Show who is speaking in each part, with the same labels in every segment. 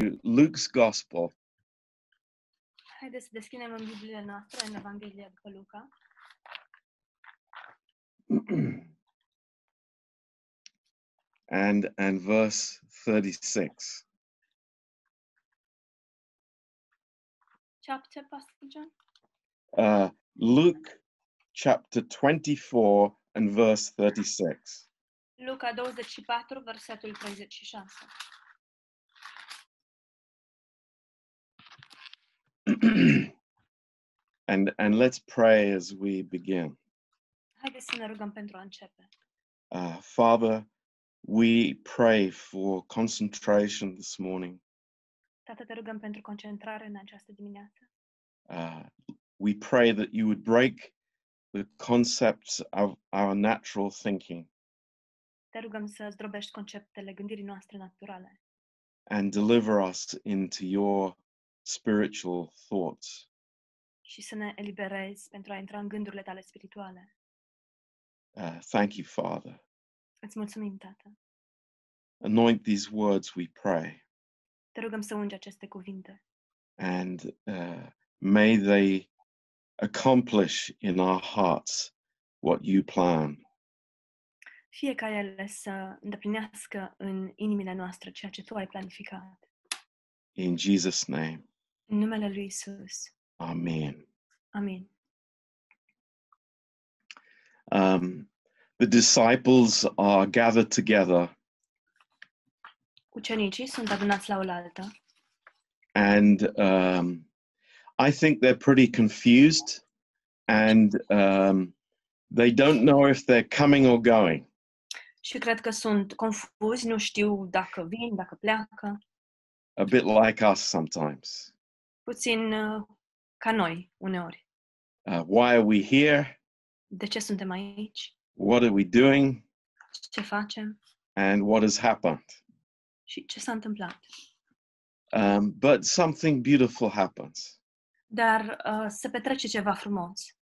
Speaker 1: to Luke's Gospel.
Speaker 2: Haideți să deschidem în Biblia noastră, în Evanghelia după Luca.
Speaker 1: and and verse 36
Speaker 2: Chapter passage.
Speaker 1: uh luke chapter 24 and verse 36
Speaker 2: Luca 24, versetul 36.
Speaker 1: and and let's pray as we begin
Speaker 2: Haideți să ne rugăm pentru a începe.
Speaker 1: uh father we pray for concentration this morning
Speaker 2: Tată, te rugăm pentru concentrare în această dimineață.
Speaker 1: uh we pray that you would break the concepts of our natural thinking
Speaker 2: Te rugăm să zdrobești conceptele gândirii noastre naturale
Speaker 1: and deliver us into your spiritual thoughts
Speaker 2: și să ne eliberezi pentru a intra în gândurile tale spirituale.
Speaker 1: Uh, thank you, Father.
Speaker 2: Îți mulțumim, Tată.
Speaker 1: Anoint these words, we pray,
Speaker 2: Te rugăm să ungi aceste cuvinte
Speaker 1: and uh, may they accomplish in our hearts what you plan.
Speaker 2: fie ca ele să îndeplinească în inimile noastre ceea ce Tu ai planificat.
Speaker 1: In Jesus' name,
Speaker 2: În numele Lui Isus.
Speaker 1: Amen.
Speaker 2: Amin.
Speaker 1: Um, the disciples are gathered together,
Speaker 2: Ucenicii sunt adunați la oaltă
Speaker 1: and um, I think they're pretty confused, and um, they don't know if they're coming or going.
Speaker 2: și cred că sunt confuzi, nu știu dacă vin, dacă pleacă,
Speaker 1: A bit like us sometimes.
Speaker 2: puțin uh, ca noi uneori.
Speaker 1: Uh, why are we here?
Speaker 2: De ce suntem aici?
Speaker 1: what are we doing
Speaker 2: Ce facem?
Speaker 1: and what has happened
Speaker 2: Și ce s-a întâmplat?
Speaker 1: um, but something beautiful happens
Speaker 2: Dar uh, se petrece ceva frumos.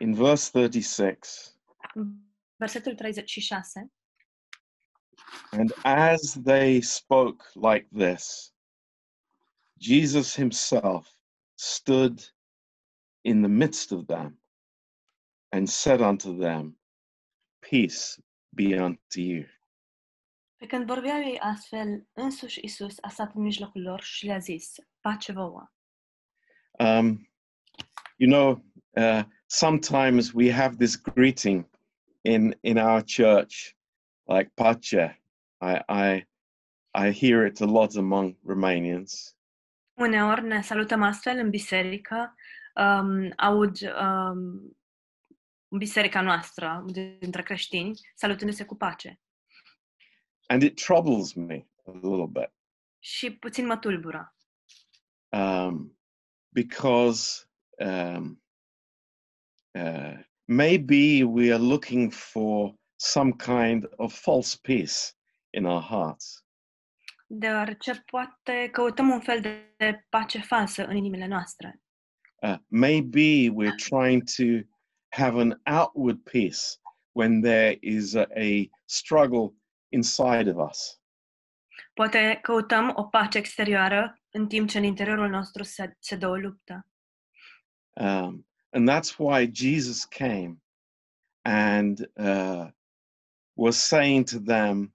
Speaker 1: in verse 36
Speaker 2: În Versetul 36.
Speaker 1: and as they spoke like this jesus himself stood in the midst of them and said unto them peace be unto you
Speaker 2: Pe când vorbeau ei astfel, însuși Isus a stat în mijlocul lor și le-a zis, pace vouă.
Speaker 1: um, you know uh, sometimes we have this greeting in in our church like pace i i i hear it a lot among romanians
Speaker 2: Uneori ne salutăm astfel în biserică, um, aud um, în biserica noastră, dintre creștini, salutându-se cu pace.
Speaker 1: and it troubles me a little bit
Speaker 2: Și puțin mă tulbură,
Speaker 1: um, because um, uh, maybe we are looking for some kind of false peace in our hearts
Speaker 2: deoarece poate căutăm un fel de de pace falsă în inimile noastre.
Speaker 1: uh, maybe we're trying to have an outward peace when there is a, a struggle inside of us.
Speaker 2: Poate căutăm o pace exterioară în timp ce în interiorul nostru se, se dă o luptă.
Speaker 1: Um, and that's why Jesus came and uh, was saying to them,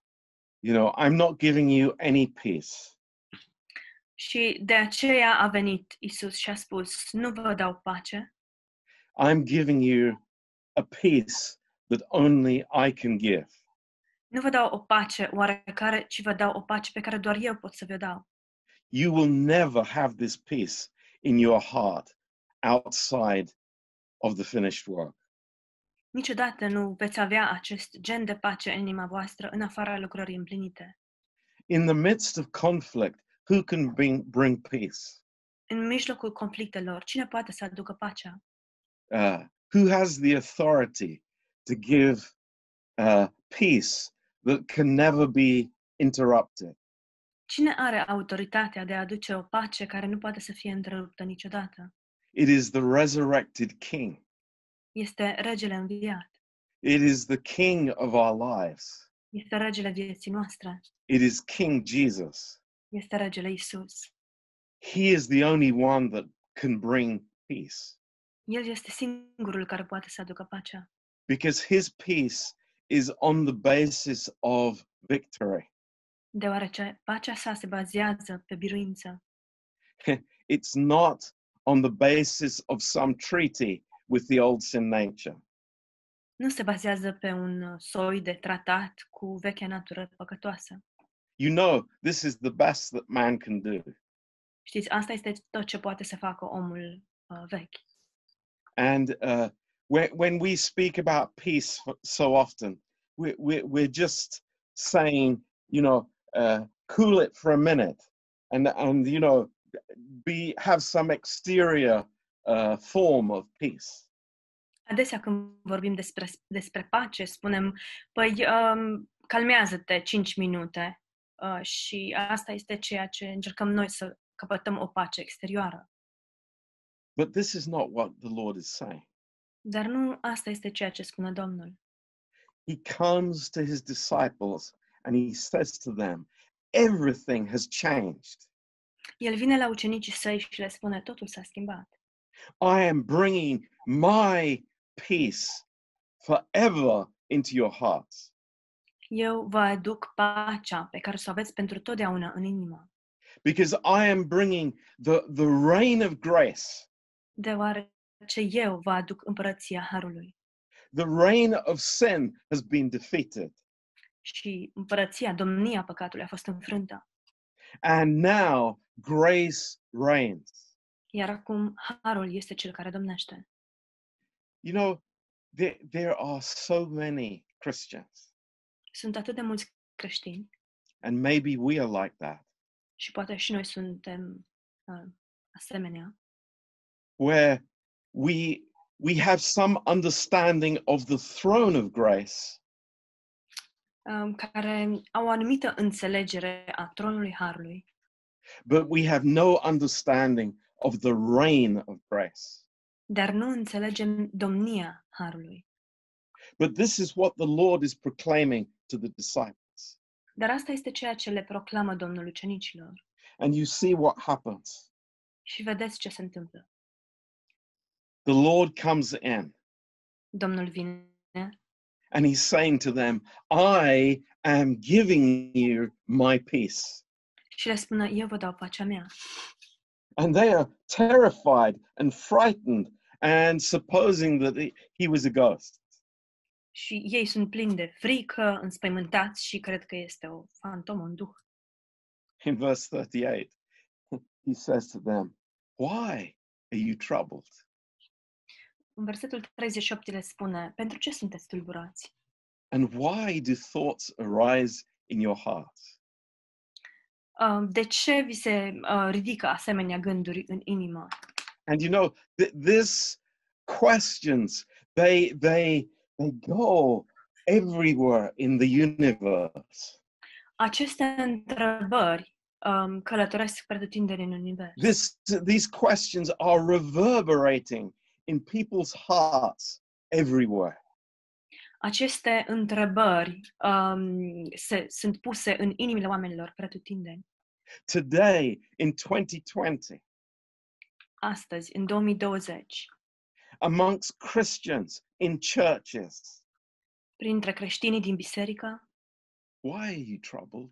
Speaker 1: You know, I'm not giving you any peace.
Speaker 2: Și de aceea a venit Isus și a spus, nu vă dau pace,
Speaker 1: I'm giving you a peace that only I can give.
Speaker 2: nu vă dau o pace oarecare, ci vă dau o pace pe care doar eu pot să vă dau.
Speaker 1: You will never have this peace in your heart outside of the finished work.
Speaker 2: Niciodată nu veți avea acest gen de pace în inima voastră în afara lucrării împlinite.
Speaker 1: in the midst of conflict, who can bring, bring peace?
Speaker 2: În mijlocul conflictelor, cine poate să aducă pacea?
Speaker 1: Uh, who has the authority to give uh, peace that can never be interrupted?
Speaker 2: Cine are autoritatea de a aduce o pace care nu poate să fie întreruptă niciodată?
Speaker 1: It is the resurrected King.
Speaker 2: Este regele înviat.
Speaker 1: It is the King of our lives.
Speaker 2: Este regele vieții noastre.
Speaker 1: It is King Jesus.
Speaker 2: este regele Isus.
Speaker 1: He is the only one that can bring peace
Speaker 2: El este singurul care poate să aducă pacea,
Speaker 1: because his peace is on the basis of victory.
Speaker 2: deoarece pacea sa se bazează pe biruință.
Speaker 1: It's not on the basis of some treaty with the old sin nature.
Speaker 2: Nu se bazează pe un uh, soi de tratat cu vechea natură păcătoasă.
Speaker 1: You know, this is the best that man can do.
Speaker 2: Știți, asta este tot ce poate să facă omul uh, vechi.
Speaker 1: And uh, when, when we speak about peace f- so often, we, we, we're just saying, you know, uh, cool it for a minute and, and you know, be, have some exterior uh, form of peace.
Speaker 2: Adesea când vorbim despre, despre pace, spunem, păi, um, calmează-te 5 minute uh, și asta este ceea ce încercăm noi să căpătăm o pace exterioară.
Speaker 1: But this is not what the Lord is saying.
Speaker 2: Dar nu asta este ceea ce spune Domnul.
Speaker 1: He comes to his disciples and he says to them, everything has changed.
Speaker 2: El vine la ucenicii săi și le spune, totul s-a schimbat.
Speaker 1: I am bringing my peace forever into your hearts.
Speaker 2: Eu vă aduc pacea pe care să o aveți pentru totdeauna în inimă,
Speaker 1: because I am bringing the, the reign of grace,
Speaker 2: deoarece eu vă aduc împărăția Harului
Speaker 1: the reign of sin has been defeated.
Speaker 2: și împărăția, domnia păcatului a fost înfrântă.
Speaker 1: And now grace reigns.
Speaker 2: Iar acum Harul este cel care domnește.
Speaker 1: You know, there, there are so many Christians,
Speaker 2: sunt atât de mulți creștini
Speaker 1: and maybe we are like that,
Speaker 2: și poate și noi suntem uh, asemenea,
Speaker 1: where we, we have some understanding of the throne of grace,
Speaker 2: um, care au o anumită înțelegere a tronului Harului,
Speaker 1: but we have no understanding of the reign of grace.
Speaker 2: dar nu înțelegem domnia Harului.
Speaker 1: But this is what the Lord is proclaiming to the disciples.
Speaker 2: Dar asta este ceea ce le proclamă Domnul ucenicilor.
Speaker 1: And you see what happens.
Speaker 2: Și vedeți ce se întâmplă.
Speaker 1: the Lord comes in
Speaker 2: Domnul vine
Speaker 1: and he's saying to them, I am giving you my peace.
Speaker 2: și le spune, eu vă dau pacea mea.
Speaker 1: And they are terrified and frightened and supposing that he- he was a ghost.
Speaker 2: Și ei sunt plini de frică, înspăimântați și cred că este o fantomă, un duh.
Speaker 1: In verse 38, he says to them, Why are you troubled?
Speaker 2: În versetul 38 le spune, pentru ce sunteți tulburați?
Speaker 1: And why do thoughts arise in your hearts?
Speaker 2: Uh, de ce vi se uh, ridică asemenea gânduri în inimă?
Speaker 1: And you know, th- this questions, they, they, they go everywhere in the universe.
Speaker 2: Aceste întrebări um, călătoresc pretutindeni în univers.
Speaker 1: this these questions are reverberating in people's hearts everywhere
Speaker 2: Aceste întrebări um, se, sunt puse în inimile oamenilor pretutindeni.
Speaker 1: today in 2020
Speaker 2: Astăzi, în 2020,
Speaker 1: amongst christians in churches
Speaker 2: printre creștinii din biserică,
Speaker 1: why are you troubled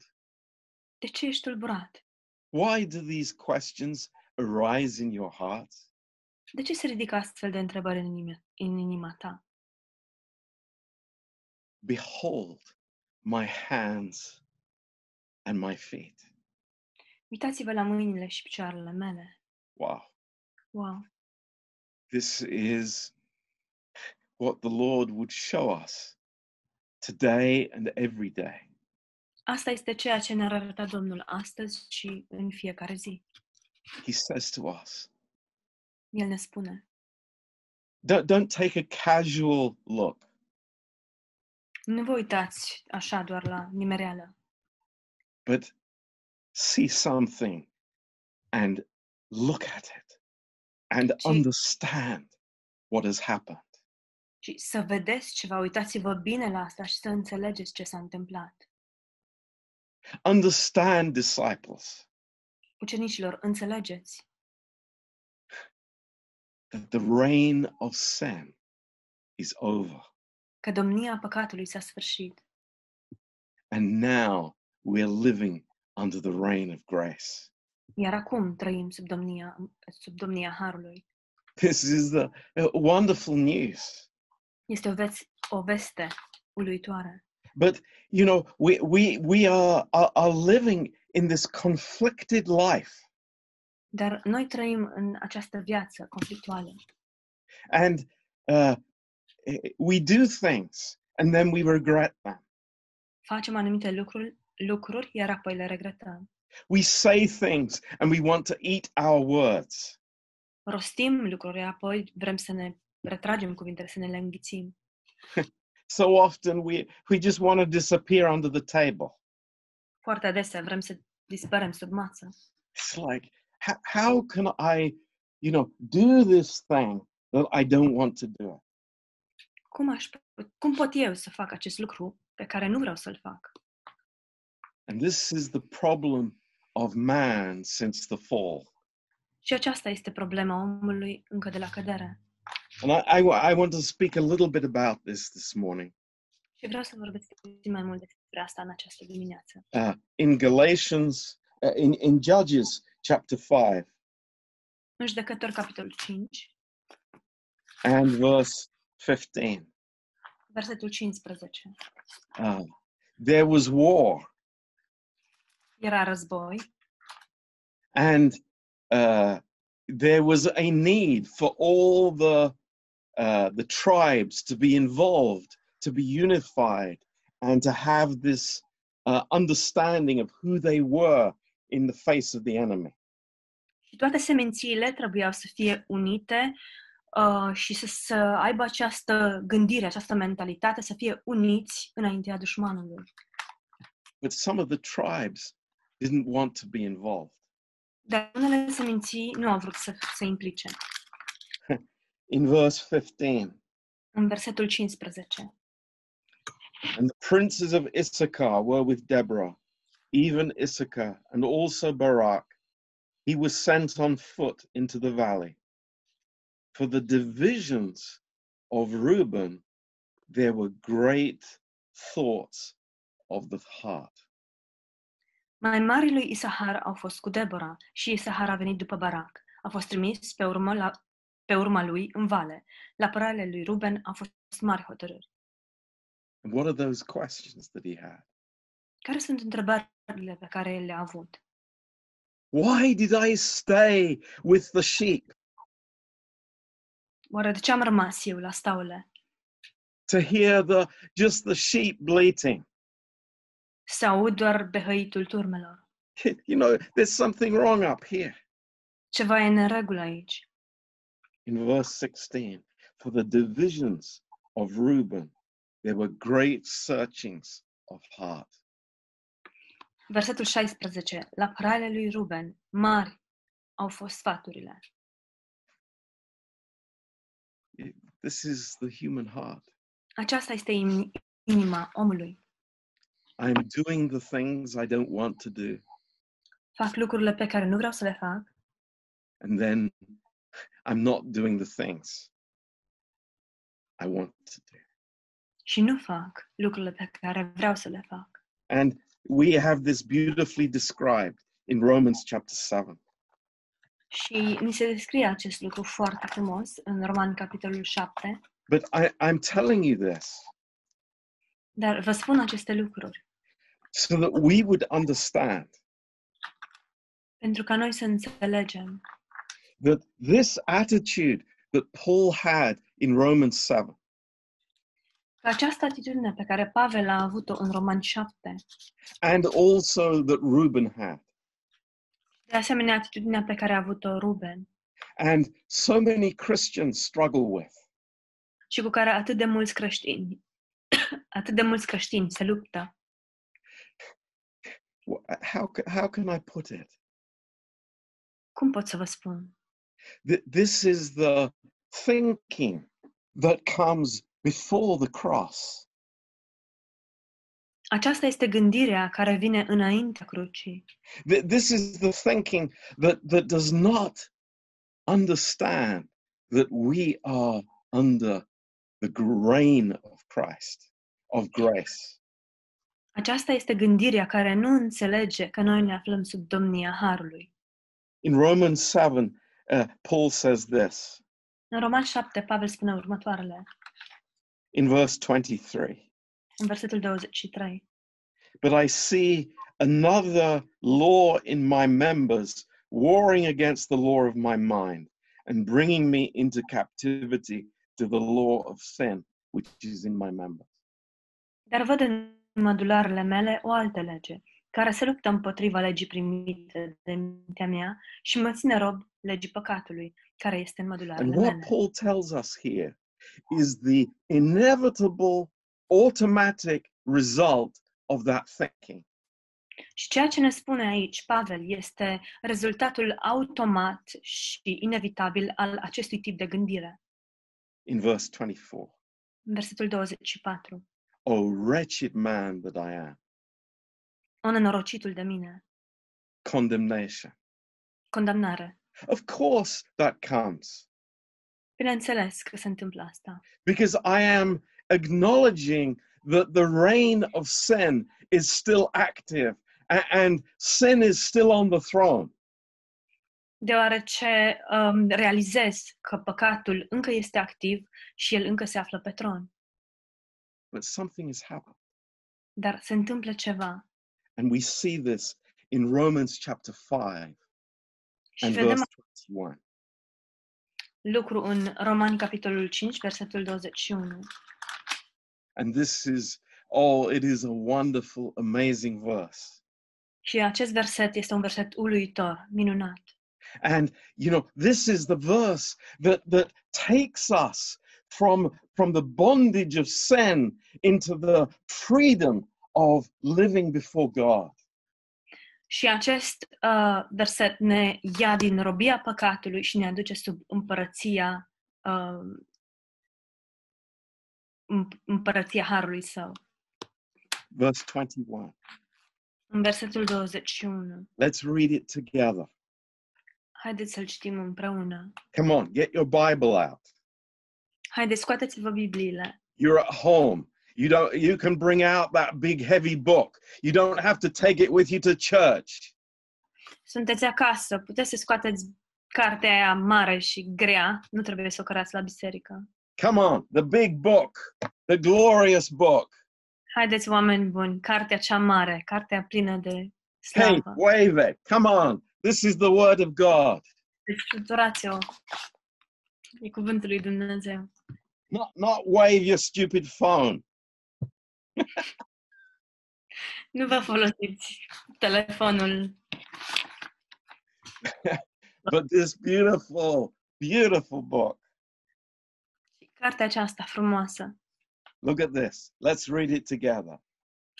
Speaker 2: de ce ești tulburat?
Speaker 1: why do these questions arise in your heart
Speaker 2: De ce se ridică astfel de întrebări în inima, în inima ta?
Speaker 1: behold my hands and my feet
Speaker 2: Uitați-vă la mâinile și picioarele mele.
Speaker 1: wow
Speaker 2: Wow!
Speaker 1: this is what the lord would show us today and every day
Speaker 2: Asta este ceea ce ne-ar arăta Domnul astăzi și în fiecare zi.
Speaker 1: he says to us
Speaker 2: El ne spune,
Speaker 1: don't, don't take a casual look.
Speaker 2: nu vă uitați așa doar la nimereală,
Speaker 1: but see something and look at it and
Speaker 2: Gee.
Speaker 1: understand what has happened.
Speaker 2: ci să vedeți ceva, uitați-vă bine la asta și să înțelegeți ce s-a întâmplat.
Speaker 1: Understand, disciples,
Speaker 2: Ucenicilor, înțelegeți
Speaker 1: that the reign of sin is over.
Speaker 2: că domnia păcatului s-a sfârșit
Speaker 1: And now we're living under the reign of grace.
Speaker 2: Iar acum trăim sub domnia, sub domnia Harului.
Speaker 1: This is the uh, wonderful news.
Speaker 2: Este o, veț, o veste uluitoare.
Speaker 1: But you know, we we we are are, are living in this conflicted life,
Speaker 2: Dar noi trăim în această viață conflictuală
Speaker 1: and uh, eh, we do things, and then we regret them.
Speaker 2: facem anumite lucruri, lucruri, iar apoi le regretăm.
Speaker 1: We say things, and we want to eat our words.
Speaker 2: Rostim lucruri, apoi vrem să ne retragem cuvintele, să ne le înghițim.
Speaker 1: So often we we just want to disappear under the table.
Speaker 2: Foarte adesea vrem să dispărem sub masă.
Speaker 1: It's like how, how can I, you know, do this thing that I don't want to do it?
Speaker 2: Cum, aș, pu- cum pot eu să fac acest lucru pe care nu vreau să-l fac?
Speaker 1: And this is the problem of man since the fall.
Speaker 2: Și aceasta este problema omului încă de la cădere.
Speaker 1: And I, I, wa- I want to speak a little bit about this this morning.
Speaker 2: Și vreau să vorbesc puțin mai mult despre asta în această dimineață.
Speaker 1: Uh, in Galatians, uh, in, in Judges chapter 5
Speaker 2: În judecător, capitolul 5,
Speaker 1: and verse 15,
Speaker 2: versetul 15.
Speaker 1: uh, there was war,
Speaker 2: Era război
Speaker 1: and uh, there was a need for all the, uh, the tribes to be involved, to be unified, and to have this uh, understanding of who they were in the face of the enemy.
Speaker 2: și toate semințiile trebuiau să fie unite uh, și să, să aibă această gândire, această mentalitate, să fie uniți înaintea dușmanului.
Speaker 1: but some of the tribes didn't want to be involved.
Speaker 2: Dar unele seminții nu au vrut să se implice.
Speaker 1: In verse 15,
Speaker 2: În versetul 15.
Speaker 1: and the princes of Issachar were with Deborah, even Issachar and also Barak. He was sent on foot into the valley. For the divisions of Reuben, there were great thoughts of the heart.
Speaker 2: Mai marii lui Isahar au fost cu Deborah și Isahar a venit după Barak. A fost trimis pe, urmă la, pe urma lui în vale. La părarele lui Ruben au fost mari hotărâri.
Speaker 1: And what are those questions that he had?
Speaker 2: Care sunt întrebările pe care el le-a avut?
Speaker 1: Why did I stay with the sheep
Speaker 2: Oare de ce am rămas eu la staule?
Speaker 1: to hear the just the sheep bleating?
Speaker 2: Să aud doar behăitul turmelor.
Speaker 1: you know, there's something wrong up here.
Speaker 2: Ceva e în regulă aici.
Speaker 1: In verse 16, for the divisions of Reuben, there were great searchings of heart.
Speaker 2: Versetul 16. La părarele lui Ruben, mari au fost sfaturile.
Speaker 1: This is the human heart.
Speaker 2: Aceasta este in- inima omului.
Speaker 1: I'm doing the things I don't want to do.
Speaker 2: Fac lucrurile pe care nu vreau să le fac
Speaker 1: And then I'm not doing the things I want to do.
Speaker 2: și nu fac lucrurile pe care vreau să le fac.
Speaker 1: And we have this beautifully described in Romans chapter 7.
Speaker 2: Și ni se descrie acest lucru foarte frumos în Roman, capitolul 7,
Speaker 1: But I, I'm telling you this
Speaker 2: dar vă spun aceste lucruri
Speaker 1: so that we would understand
Speaker 2: pentru ca noi să înțelegem
Speaker 1: that this attitude that Paul had in Romans 7
Speaker 2: că această atitudine pe care Pavel a avut-o în Roman 7,
Speaker 1: and also that Reuben had,
Speaker 2: de asemenea atitudinea pe care a avut-o Ruben
Speaker 1: and so many Christians struggle with,
Speaker 2: și cu care atât de mulți creștini atât de mulți creștini se luptă.
Speaker 1: wh- how, ca- how can I put it?
Speaker 2: Cum pot să vă spun?
Speaker 1: Th- This is the thinking that comes before the cross.
Speaker 2: Aceasta este gândirea care vine înaintea crucii.
Speaker 1: Th- This is the thinking that, that does not understand that we are under the reign of Christ, of grace.
Speaker 2: Aceasta este gândirea care nu înțelege că noi ne aflăm sub domnia Harului.
Speaker 1: In Romans 7, uh, Paul says this
Speaker 2: În Roman 7, Pavel spune următoarele,
Speaker 1: in verse 23.
Speaker 2: în versetul 23.
Speaker 1: but I see another law in my members warring against the law of my mind and bringing me into captivity to the law of sin which is in my members.
Speaker 2: Dar văd în mădularele mele o altă lege, care se luptă împotriva legii primite de mintea mea și mă ține rob legii păcatului, care este în
Speaker 1: And
Speaker 2: mădularele
Speaker 1: what
Speaker 2: mele.
Speaker 1: Paul tells us here is the inevitable automatic result of that thinking.
Speaker 2: Și ceea ce ne spune aici Pavel este rezultatul automat și inevitabil al acestui tip de gândire.
Speaker 1: In verse 24,
Speaker 2: În Versetul 24.
Speaker 1: O wretched man that I am,
Speaker 2: O nenorocitul de mine.
Speaker 1: condemnation.
Speaker 2: Condamnare.
Speaker 1: Of course, that comes.
Speaker 2: Bineînțeles că se întâmplă asta.
Speaker 1: because I am acknowledging that the reign of sin is still active a- and sin is still on the throne.
Speaker 2: Deoarece um, realizez că păcatul încă este activ și el încă se află pe tron.
Speaker 1: But something has happened.
Speaker 2: Dar se întâmplă ceva.
Speaker 1: And we see this in Romans chapter 5
Speaker 2: Și
Speaker 1: and
Speaker 2: vedem
Speaker 1: verse 21.
Speaker 2: lucru în Romani, capitolul 5, versetul 21.
Speaker 1: And this is, oh, it is a wonderful, amazing verse.
Speaker 2: Și acest verset este un verset uluitor, minunat.
Speaker 1: And, you know, this is the verse that, that takes us from, from the bondage of sin into the freedom of living before God.
Speaker 2: Și acest uh, verset ne ia din robia păcatului și ne aduce sub împărăția uh, împ- împărăția harului său.
Speaker 1: Verse 21.
Speaker 2: În versetul 21.
Speaker 1: Let's read it together.
Speaker 2: Haideți să-l citim împreună.
Speaker 1: Come on, get your Bible out.
Speaker 2: Haideți, scoateți-vă Bibliile.
Speaker 1: You're at home. You don't you can bring out that big heavy book. You don't have to take it with you to church.
Speaker 2: Sunteți acasă, puteți să scoateți cartea aia mare și grea, nu trebuie să o cărați la biserică.
Speaker 1: Come on, the big book, the glorious book.
Speaker 2: Haideți, oameni buni, cartea cea mare, cartea plină de
Speaker 1: Hey,
Speaker 2: slavă.
Speaker 1: wave it. Come on. This is the word of God.
Speaker 2: Deci, tuturați-o. E cuvântul lui Dumnezeu.
Speaker 1: Not not wave your stupid phone.
Speaker 2: Nu vă folosiți telefonul.
Speaker 1: But this beautiful, beautiful book.
Speaker 2: Cartea aceasta frumoasă.
Speaker 1: Look at this. Let's read it together.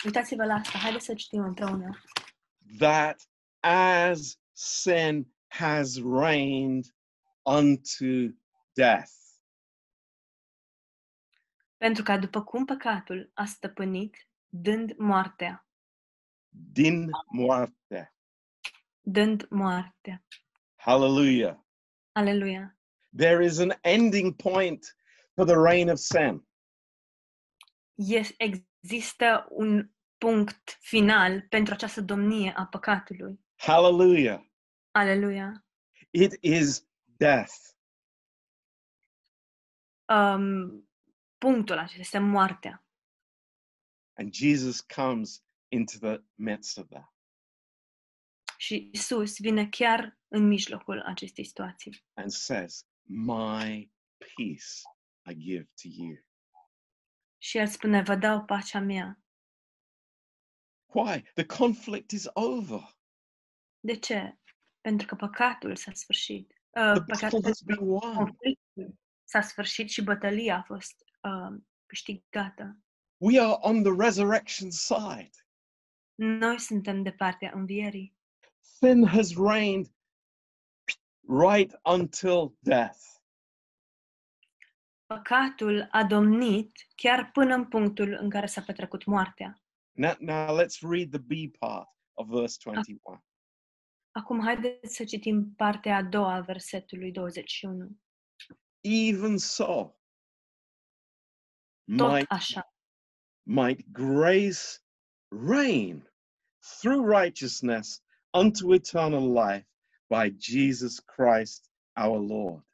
Speaker 2: Uitați-vă la asta. Haideți să citim împreună.
Speaker 1: that as sin has reigned unto death,
Speaker 2: Pentru ca după cum păcatul a stăpânit, dând moartea,
Speaker 1: din muerte.
Speaker 2: dând moartea.
Speaker 1: Hallelujah.
Speaker 2: Aleluia!
Speaker 1: There is an ending point for the reign of sin.
Speaker 2: Yes, există un punct final pentru această domnie a păcatului.
Speaker 1: Hallelujah.
Speaker 2: Aleluia!
Speaker 1: It is death.
Speaker 2: Um, punctul acesta este moartea.
Speaker 1: And Jesus comes into the midst of that.
Speaker 2: Și Isus vine chiar în mijlocul acestei situații.
Speaker 1: and says, My peace I give to you.
Speaker 2: Și el spune, vă dau pacea mea.
Speaker 1: Why? The conflict is over.
Speaker 2: De ce? Pentru că păcatul s-a sfârșit.
Speaker 1: The
Speaker 2: Uh,
Speaker 1: battle
Speaker 2: păcatul
Speaker 1: has been won.
Speaker 2: conflictul s-a sfârșit și bătălia a fost uh, câștigată.
Speaker 1: We are on the resurrection side.
Speaker 2: Noi suntem de partea învierii.
Speaker 1: sin has reigned right until death.
Speaker 2: Păcatul a domnit chiar până în punctul în care s-a petrecut moartea.
Speaker 1: Now, now let's read the B part of verse 21.
Speaker 2: Acum haideți să citim partea a doua a versetului 21.
Speaker 1: Even so,
Speaker 2: Tot
Speaker 1: might,
Speaker 2: așa.
Speaker 1: might grace reign through righteousness unto eternal life by Jesus Christ our Lord.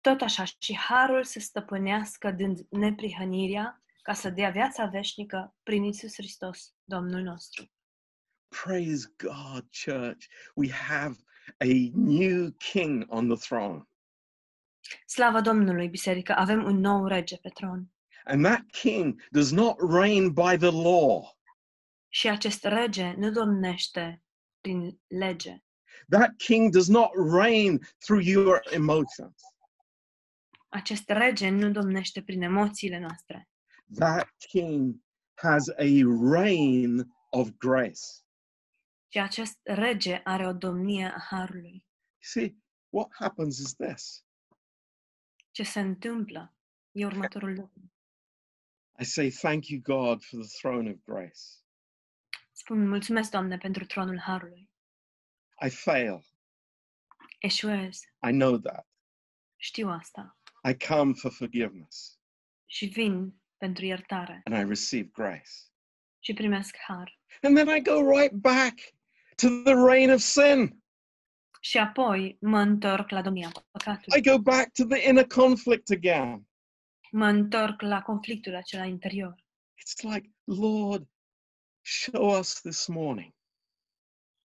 Speaker 2: Tot așa și harul să stăpânească dând neprihănirea ca să dea viața veșnică prin Isus Hristos, Domnul nostru.
Speaker 1: Praise God, church. We have a new king on the throne.
Speaker 2: Slavă Domnului, biserică, avem un nou rege pe tron.
Speaker 1: And that king does not reign by the law.
Speaker 2: Și acest rege nu domnește prin lege.
Speaker 1: That king does not reign through your emotions.
Speaker 2: Acest rege nu domnește prin emoțiile noastre.
Speaker 1: That king has a reign of grace.
Speaker 2: Și acest rege are o domnie a harului.
Speaker 1: You see, what happens is this
Speaker 2: Ce se întâmplă e următorul lucru.
Speaker 1: I say, Thank you, God, for the throne of grace.
Speaker 2: Spun mulțumesc, Doamne, pentru tronul harului.
Speaker 1: I fail.
Speaker 2: Eșuez,
Speaker 1: I know that.
Speaker 2: știu asta.
Speaker 1: I come for forgiveness
Speaker 2: Și vin pentru iertare
Speaker 1: and I receive grace.
Speaker 2: și primesc har.
Speaker 1: And then I go right back to the reign of sin.
Speaker 2: Și apoi mă întorc la domnia
Speaker 1: I
Speaker 2: păcatului.
Speaker 1: go back to the inner conflict again.
Speaker 2: Mă întorc la conflictul acela interior.
Speaker 1: It's like, Lord, show us this morning.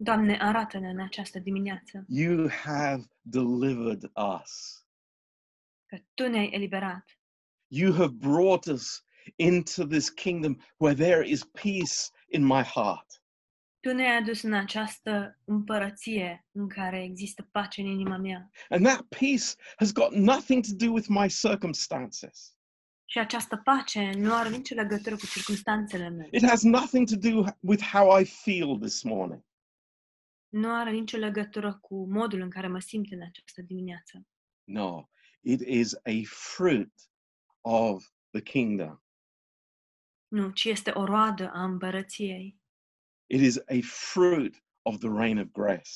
Speaker 2: Doamne, arată-ne în această dimineață
Speaker 1: You have delivered us.
Speaker 2: că Tu ne-ai eliberat
Speaker 1: You have brought us into this kingdom where there is peace in my heart.
Speaker 2: Tu ne-ai adus în această împărăție în care există pace în inima mea.
Speaker 1: And that peace has got nothing to do with my circumstances.
Speaker 2: Și această pace nu are nicio legătură cu circunstanțele mele.
Speaker 1: It has nothing to do with how I feel this morning.
Speaker 2: Nu are nicio legătură cu modul în care mă simt în această dimineață.
Speaker 1: No, it is a fruit of the kingdom.
Speaker 2: Nu, ci este o roadă a împărăției.
Speaker 1: It is a fruit of the reign of grace.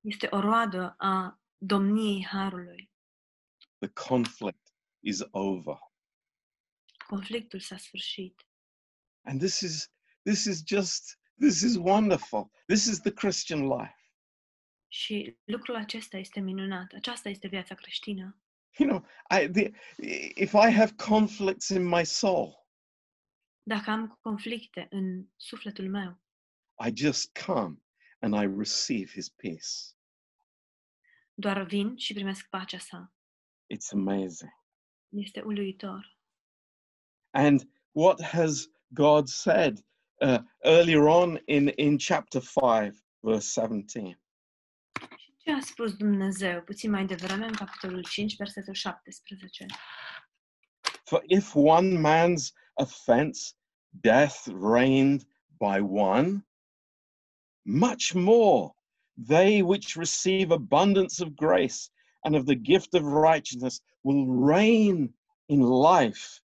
Speaker 2: Este o roadă a domniei harului.
Speaker 1: The conflict is over.
Speaker 2: Conflictul s-a sfârșit.
Speaker 1: And this is this is just this is wonderful. This is the Christian life.
Speaker 2: Și lucrul acesta este minunat. Aceasta este viața creștină.
Speaker 1: You know, I the, if I have conflicts in my soul,
Speaker 2: Dacă am conflicte în sufletul meu,
Speaker 1: I just come and I receive his peace.
Speaker 2: doar vin și primesc pacea sa.
Speaker 1: It's amazing.
Speaker 2: Este uluitor.
Speaker 1: And what has God said uh, earlier on in in chapter 5 verse 17?
Speaker 2: Ce a spus Dumnezeu puțin mai devreme în capitolul 5, versetul 17?
Speaker 1: For if one man's offense, death reigned by one, much more they which receive abundance of grace and of the gift of righteousness will reign in life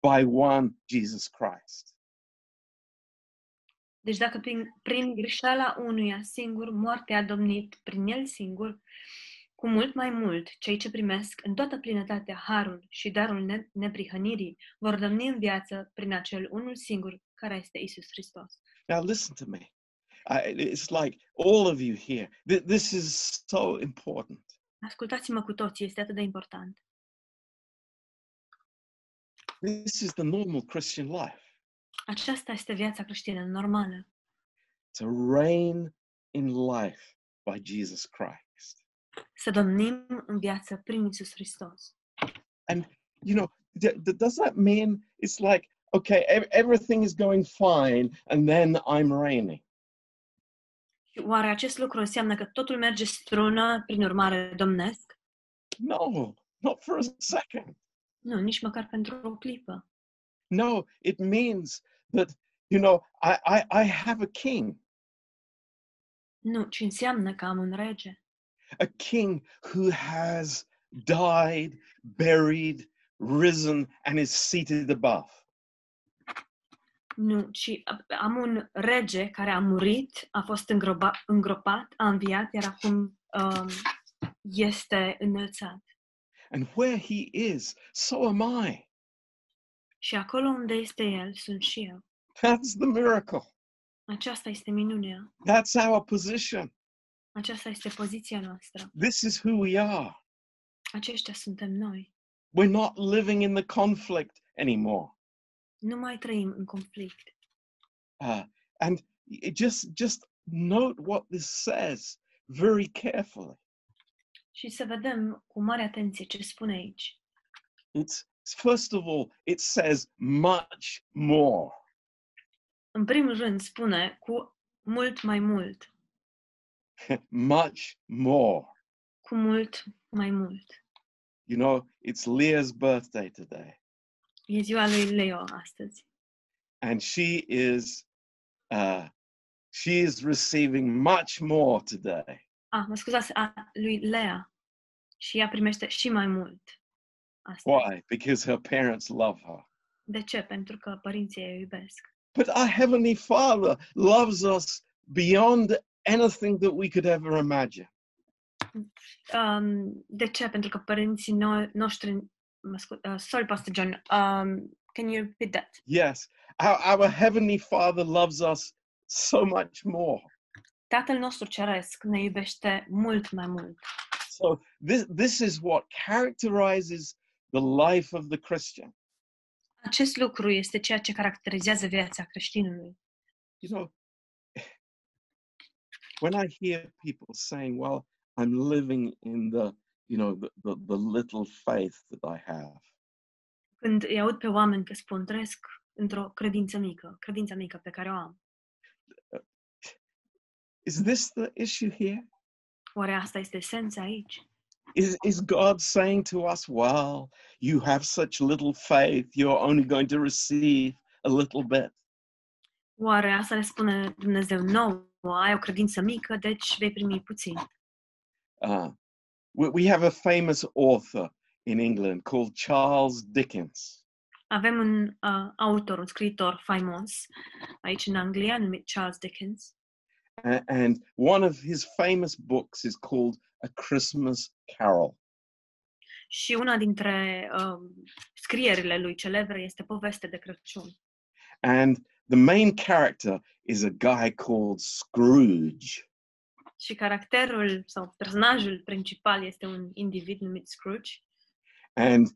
Speaker 1: by one Jesus Christ.
Speaker 2: Deci dacă prin, prin greșeala unuia singur moartea a domnit prin el singur, cu mult mai mult cei ce primesc în toată plinătatea harul și darul ne- neprihănirii vor domni în viață prin acel unul singur care este Isus Hristos.
Speaker 1: Now listen to me. I, it's like all of you here. Th- this is so important.
Speaker 2: Ascultați-mă cu toții, este atât de important.
Speaker 1: This is the normal Christian life
Speaker 2: Aceasta este viața creștină normală,
Speaker 1: to reign in life by Jesus Christ.
Speaker 2: să domnim în viață prin Isus Hristos.
Speaker 1: you know, d- d- does that mean it's like, okay, ev- everything is going fine and then I'm reigning?
Speaker 2: Și Oare acest lucru înseamnă că totul merge strună, prin urmare domnesc?
Speaker 1: No, not for a second.
Speaker 2: Nu, nici măcar pentru o clipă.
Speaker 1: No, it means that, you know, I, I, I have a king,
Speaker 2: Nu, ci înseamnă că am un rege.
Speaker 1: a king who has died, buried, risen, and is seated above.
Speaker 2: Nu, ci am un rege care a murit, a fost îngropa, îngropat, a înviat, iar acum um, este înălțat.
Speaker 1: And where he is, so am I.
Speaker 2: Și acolo unde este el, sunt și eu.
Speaker 1: That's the miracle.
Speaker 2: Aceasta este minunea.
Speaker 1: That's our position.
Speaker 2: Aceasta este poziția noastră.
Speaker 1: This is who we are.
Speaker 2: Aceștia suntem noi.
Speaker 1: We're not living in the conflict anymore.
Speaker 2: Nu mai trăim în conflict.
Speaker 1: Uh, and it just just note what this says very carefully.
Speaker 2: Și să vedem cu mare atenție ce spune aici.
Speaker 1: It's first of all, it says much more.
Speaker 2: În primul rând spune cu mult mai mult,
Speaker 1: much more.
Speaker 2: cu mult mai mult.
Speaker 1: You know, it's Leah's birthday today,
Speaker 2: E ziua lui Leo astăzi
Speaker 1: and she is uh, she is receiving much more today.
Speaker 2: Ah, mă scuzați, a lui Lea. Și ea primește și mai mult. Asta.
Speaker 1: Why? Because her parents love her.
Speaker 2: De ce? Pentru că părinții ei o iubesc.
Speaker 1: But our heavenly Father loves us beyond anything that we could ever imagine.
Speaker 2: Um, de ce? Pentru că părinții no- noștri... Mă scu- uh, sorry, Pastor John. Um, can you repeat that?
Speaker 1: Yes, our, our heavenly Father loves us so much more.
Speaker 2: Tatăl nostru ceresc ne iubește mult mai mult.
Speaker 1: So this this is what characterizes the life of the Christian.
Speaker 2: Acest lucru este ceea ce caracterizează viața creștinului.
Speaker 1: You know, when I hear people saying, "Well, I'm living in the you know the, the, the little faith that I have,"
Speaker 2: Când îi aud pe oameni că spun trăiesc într-o credință mică, credința mică pe care o am,
Speaker 1: is this the issue here?
Speaker 2: oare asta este esența aici?
Speaker 1: Is is God saying to us, "Well, you have such little faith; you're only going to receive a little bit."
Speaker 2: Oare asta le spune Dumnezeu nouă? Ai o credință mică, deci vei primi puțin.
Speaker 1: Uh, we, we have a famous author in England called Charles Dickens.
Speaker 2: Avem un uh, autor, un scriitor faimos aici în Anglia, numit Charles Dickens,
Speaker 1: A- and one of his famous books is called A Christmas Carol.
Speaker 2: și una dintre um, scrierile lui celebre este Poveste de Crăciun.
Speaker 1: And the main character is a guy called Scrooge.
Speaker 2: Și caracterul sau personajul principal este un individ numit Scrooge
Speaker 1: And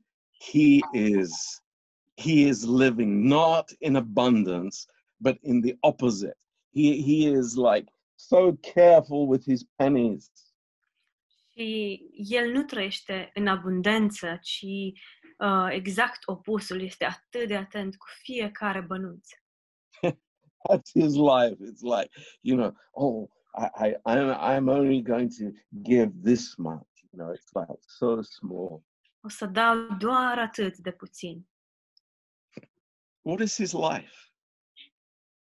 Speaker 1: he is he is living not in abundance, but in the opposite. He he is like so careful with his pennies.
Speaker 2: și el nu trăiește în abundență, ci uh, exact opusul, este atât de atent cu fiecare bănuț.
Speaker 1: That's his life. It's like, you know, oh, I, I I'm I'm only going to give this much. You know, it's like so small.
Speaker 2: O să dau doar atât de puțin.
Speaker 1: What is his life?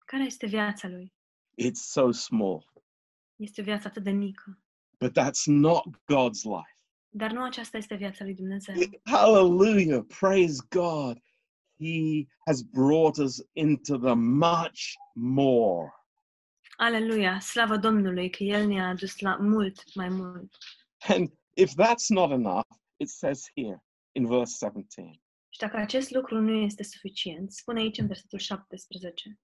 Speaker 2: Care este viața lui?
Speaker 1: It's so small.
Speaker 2: Este o viață atât de mică.
Speaker 1: But that's not God's life.
Speaker 2: Dar nu aceasta este viața lui Dumnezeu.
Speaker 1: Hallelujah. Praise God. He has brought us into the much more.
Speaker 2: Aleluia! Slavă Domnului că El ne-a adus la mult mai mult.
Speaker 1: And if that's not enough, it says here in verse 17
Speaker 2: Și dacă acest lucru nu este suficient, spune aici în versetul 17.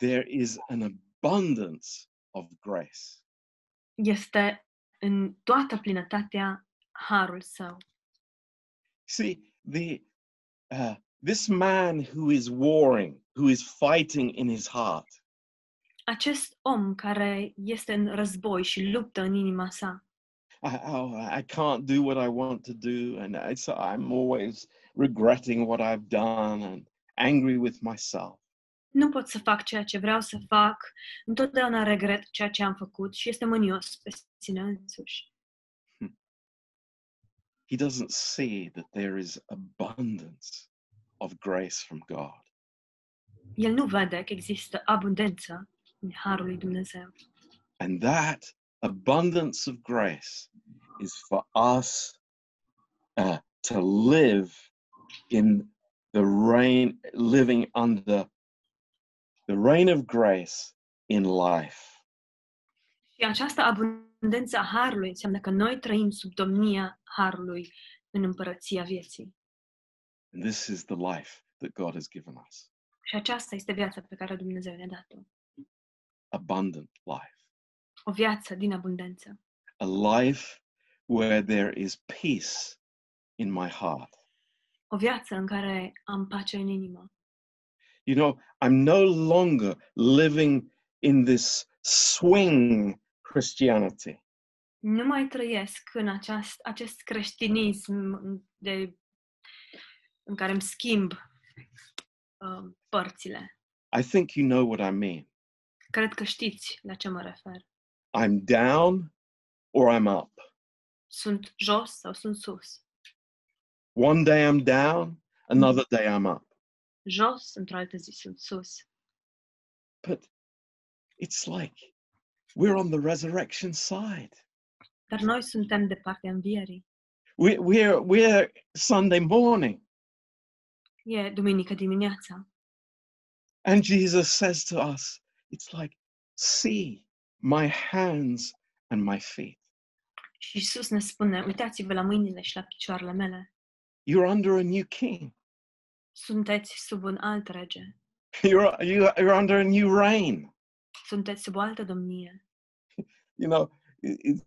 Speaker 1: there is an abundance of grace.
Speaker 2: Este în toată plinătatea harul său.
Speaker 1: See, the uh, this man who is warring, who is fighting in his heart,
Speaker 2: Acest om care este în război și luptă în inima sa.
Speaker 1: I, oh, I I can't do what I want to do, and it's, I'm always regretting what I've done and angry with myself.
Speaker 2: Nu pot să fac ceea ce vreau să fac, întotdeauna regret ceea ce am făcut și este mânios pe sine însuși.
Speaker 1: He doesn't see that there is abundance of grace from God.
Speaker 2: El nu vede că există abundență în harul lui Dumnezeu.
Speaker 1: And that abundance of grace is for us uh, to live in the reign, living under the reign of grace in life.
Speaker 2: Și această abundență a harului înseamnă că noi trăim sub domnia harului în împărăția vieții.
Speaker 1: And this is the life that God has given us
Speaker 2: Și aceasta este viața pe care Dumnezeu ne-a dat-o.
Speaker 1: abundant life,
Speaker 2: O viață din abundență.
Speaker 1: a life where there is peace in my heart.
Speaker 2: O viață în care am pace în inimă.
Speaker 1: You know, I'm no longer living in this swing Christianity.
Speaker 2: Nu mai trăiesc în aceast, acest creștinism de, în care îmi schimb uh, părțile.
Speaker 1: I think you know what I mean.
Speaker 2: Cred că știți la ce mă refer.
Speaker 1: I'm down or I'm up.
Speaker 2: Sunt jos sau sunt sus.
Speaker 1: One day I'm down, another day I'm up.
Speaker 2: Jos, într-o altă zi sunt sus.
Speaker 1: But it's like we're on the resurrection side.
Speaker 2: Dar noi suntem de partea învierii.
Speaker 1: We, we're, we're Sunday morning.
Speaker 2: E duminică dimineața.
Speaker 1: And Jesus says to us, it's like, see my hands and my feet.
Speaker 2: Și Isus ne spune, uitați-vă la mâinile și la picioarele mele.
Speaker 1: You're under a new king.
Speaker 2: Sunteți sub un alt rege.
Speaker 1: You're, you- you're under a new reign.
Speaker 2: Sunteți sub o altă domnie.
Speaker 1: You know, it- it-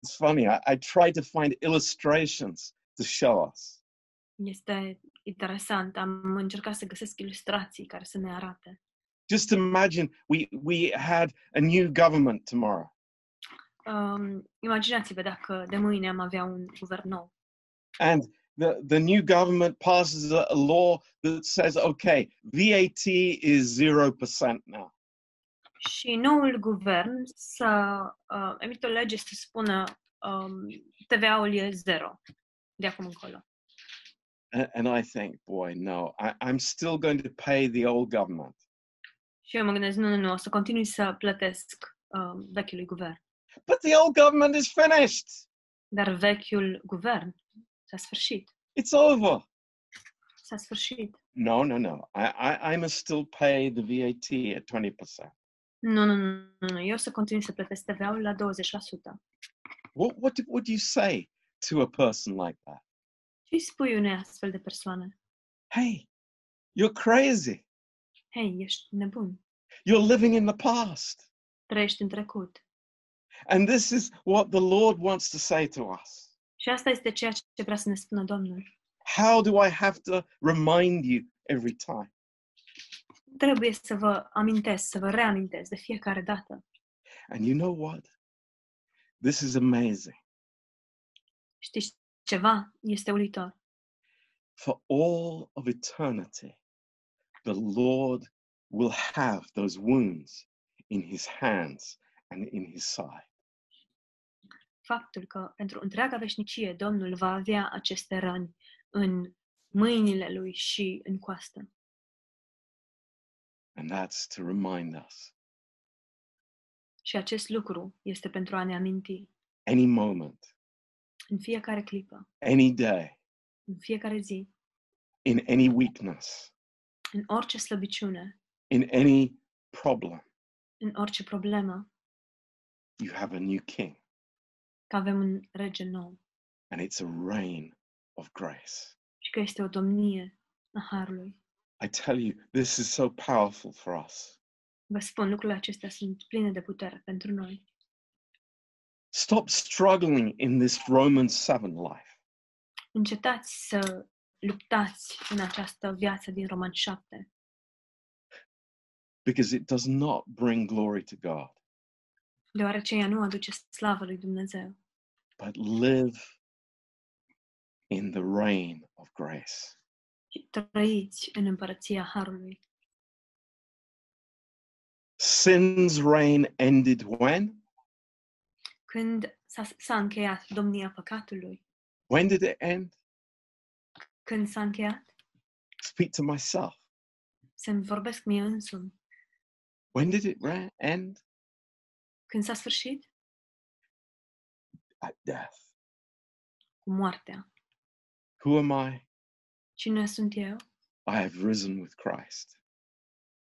Speaker 1: it's funny. I, I try to find illustrations to show us.
Speaker 2: Este interesant. Am încercat să găsesc ilustrații care să ne arate.
Speaker 1: Just imagine we, we had a new government tomorrow.
Speaker 2: Um, imaginați-vă dacă de mâine am avea un guvern nou
Speaker 1: And the, the new government passes a, a law that says, okay, VAT is 0% now.
Speaker 2: și noul guvern să uh, emită o lege să spună um, TVA-ul e zero de acum încolo.
Speaker 1: A- And I think, boy, no, I, I'm still going to pay the old government.
Speaker 2: Și eu mă gândesc, nu, nu, nu, o să continui să plătesc um, vechiului guvern.
Speaker 1: But the old government is finished.
Speaker 2: Dar vechiul guvern s-a sfârșit.
Speaker 1: It's over.
Speaker 2: S-a sfârșit.
Speaker 1: No, no, no. I, I, I must still pay the VAT at 20%.
Speaker 2: Nu, nu, nu, nu, nu. Eu o să continui să plătesc TVA-ul la 20%.
Speaker 1: What, what do- would you say to a person like that?
Speaker 2: Ce îi spui unei astfel de persoane?
Speaker 1: Hey, you're crazy.
Speaker 2: Hei, ești nebun.
Speaker 1: You're living in the past.
Speaker 2: Trăiești în trecut.
Speaker 1: And this is what the Lord wants to say to us.
Speaker 2: Și asta este ceea ce vrea să ne spună Domnul.
Speaker 1: How do I have to remind you every time?
Speaker 2: Nu Trebuie să vă amintesc, să vă reamintesc de fiecare dată.
Speaker 1: And you know what? This is amazing.
Speaker 2: Știți ceva? Este uitor.
Speaker 1: for all of eternity, the Lord will have those wounds in his hands and in his side.
Speaker 2: Faptul că pentru întreaga veșnicie Domnul va avea aceste răni în mâinile lui și în coastă.
Speaker 1: And that's to remind us
Speaker 2: Și acest lucru este pentru a ne aminti
Speaker 1: any moment,
Speaker 2: în fiecare clipă,
Speaker 1: any day,
Speaker 2: în fiecare zi,
Speaker 1: in any weakness,
Speaker 2: în orice slăbiciune,
Speaker 1: in any problem,
Speaker 2: în orice problemă,
Speaker 1: you have a new king
Speaker 2: că avem un rege nou
Speaker 1: and it's a reign of grace.
Speaker 2: și că este o domnie a Harului.
Speaker 1: I tell you, this is so powerful for us.
Speaker 2: Vă spun, lucrurile acestea sunt pline de putere pentru noi.
Speaker 1: Stop struggling in this Romans 7 life.
Speaker 2: Încetați să luptați în această viață din Roman 7,
Speaker 1: because it does not bring glory to God,
Speaker 2: deoarece ea nu aduce slavă lui Dumnezeu,
Speaker 1: but live in the reign of grace.
Speaker 2: ci trăiți în împărăția Harului.
Speaker 1: Sin's reign ended when?
Speaker 2: Când s-a, s-a încheiat domnia păcatului,
Speaker 1: When did it end?
Speaker 2: când s-a încheiat,
Speaker 1: Speak to myself.
Speaker 2: să-mi vorbesc mie însumi,
Speaker 1: When did it ra- end?
Speaker 2: când s-a sfârșit,
Speaker 1: At death.
Speaker 2: cu moartea.
Speaker 1: Who am I?
Speaker 2: Cine sunt eu?
Speaker 1: I have risen with Christ.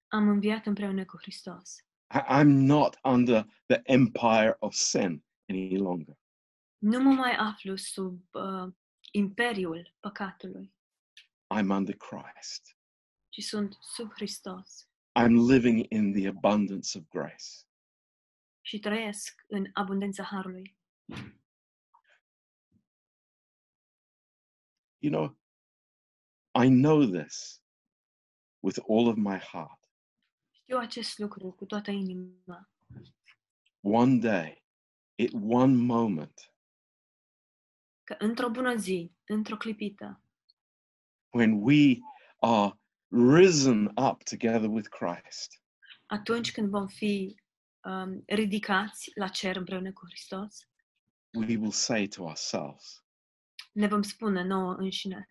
Speaker 2: Am înviat împreună cu Hristos.
Speaker 1: I- I'm not under the empire of sin any longer.
Speaker 2: Nu mă mai aflu sub uh, imperiul păcatului,
Speaker 1: I'm under Christ.
Speaker 2: ci sunt sub Hristos
Speaker 1: I'm living in the abundance of grace.
Speaker 2: și trăiesc în abundența harului.
Speaker 1: You know, I know this with all of my heart.
Speaker 2: Știu acest lucru cu toată inima.
Speaker 1: One day, at one moment,
Speaker 2: Că într-o bună zi, într-o clipită,
Speaker 1: when we are risen up together with Christ,
Speaker 2: atunci când vom fi um, ridicați la cer împreună cu Hristos,
Speaker 1: we will say to ourselves,
Speaker 2: ne vom spune nouă înșine,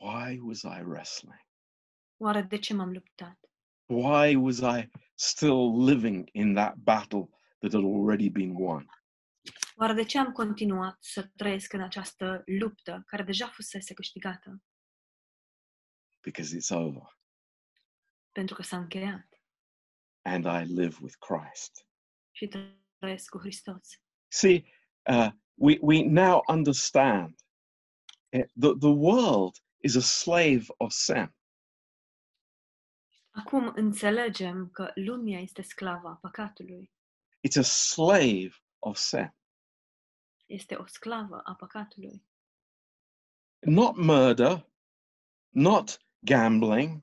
Speaker 1: Why was I wrestling?
Speaker 2: oare de ce m-am luptat?
Speaker 1: Why was I still living in that battle that had already been won?
Speaker 2: Oare de ce am continuat să trăiesc în această luptă care deja fusese câștigată?
Speaker 1: Because it's over
Speaker 2: Pentru că s-a încheiat
Speaker 1: and I live with Christ.
Speaker 2: și trăiesc cu Hristos.
Speaker 1: See, uh, we, we now understand uh, that the world is a slave of sin.
Speaker 2: Acum înțelegem că lumea este sclava păcatului.
Speaker 1: It's a slave of sin.
Speaker 2: Este o sclavă a păcatului.
Speaker 1: Not murder, not gambling,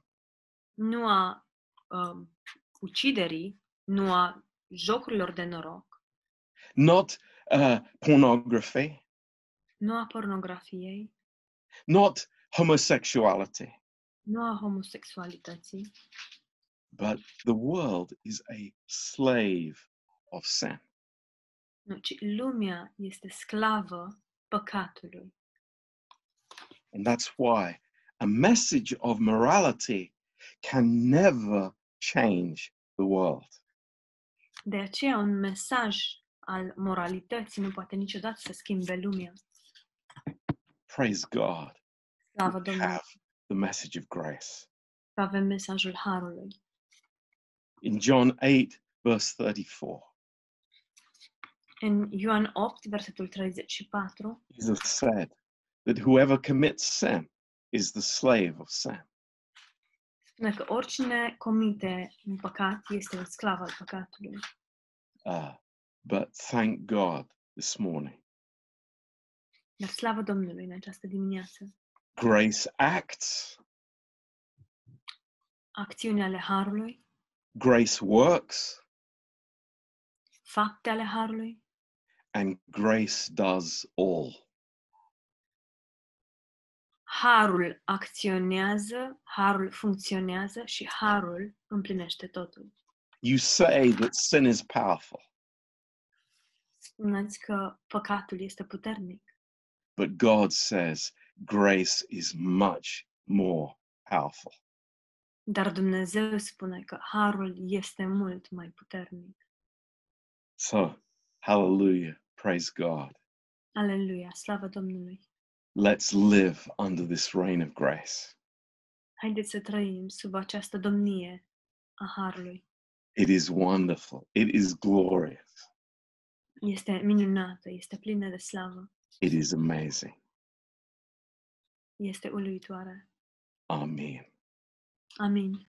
Speaker 2: Nu a um, uciderii, nu a jocurilor de noroc,
Speaker 1: not uh, pornography,
Speaker 2: nu a pornografiei,
Speaker 1: not homosexuality,
Speaker 2: nu a homosexualității,
Speaker 1: but the world is a slave of sin.
Speaker 2: nu, ci lumea este sclavă păcatului.
Speaker 1: And that's why a message of morality can never change the world.
Speaker 2: De aceea un mesaj al moralității nu poate niciodată să schimbe lumea.
Speaker 1: Praise God.
Speaker 2: Slavă
Speaker 1: we
Speaker 2: Domnului
Speaker 1: have the message of grace.
Speaker 2: că avem mesajul Harului.
Speaker 1: In John 8, verse 34,
Speaker 2: În Ioan 8, versetul 34,
Speaker 1: Jesus said that whoever commits sin is the slave of sin.
Speaker 2: spune că oricine comite un păcat este un sclav al păcatului.
Speaker 1: Uh, but thank God this morning,
Speaker 2: Dar slavă Domnului în această dimineață.
Speaker 1: grace acts,
Speaker 2: Acțiunile ale Harului,
Speaker 1: grace works,
Speaker 2: fapte ale Harului
Speaker 1: and grace does all.
Speaker 2: Harul acționează, harul funcționează și harul împlinește totul.
Speaker 1: You say that sin is powerful,
Speaker 2: Spuneți că păcatul este puternic,
Speaker 1: but God says grace is much more powerful.
Speaker 2: dar Dumnezeu spune că harul este mult mai puternic.
Speaker 1: So, hallelujah, praise God.
Speaker 2: Aleluia, slavă Domnului!
Speaker 1: Let's live under this reign of grace.
Speaker 2: Haideți să trăim sub această domnie a harului.
Speaker 1: It is wonderful. It is glorious.
Speaker 2: Este minunată, este plină de slavă,
Speaker 1: It is amazing.
Speaker 2: este uluitoare.
Speaker 1: Amen.
Speaker 2: Amin.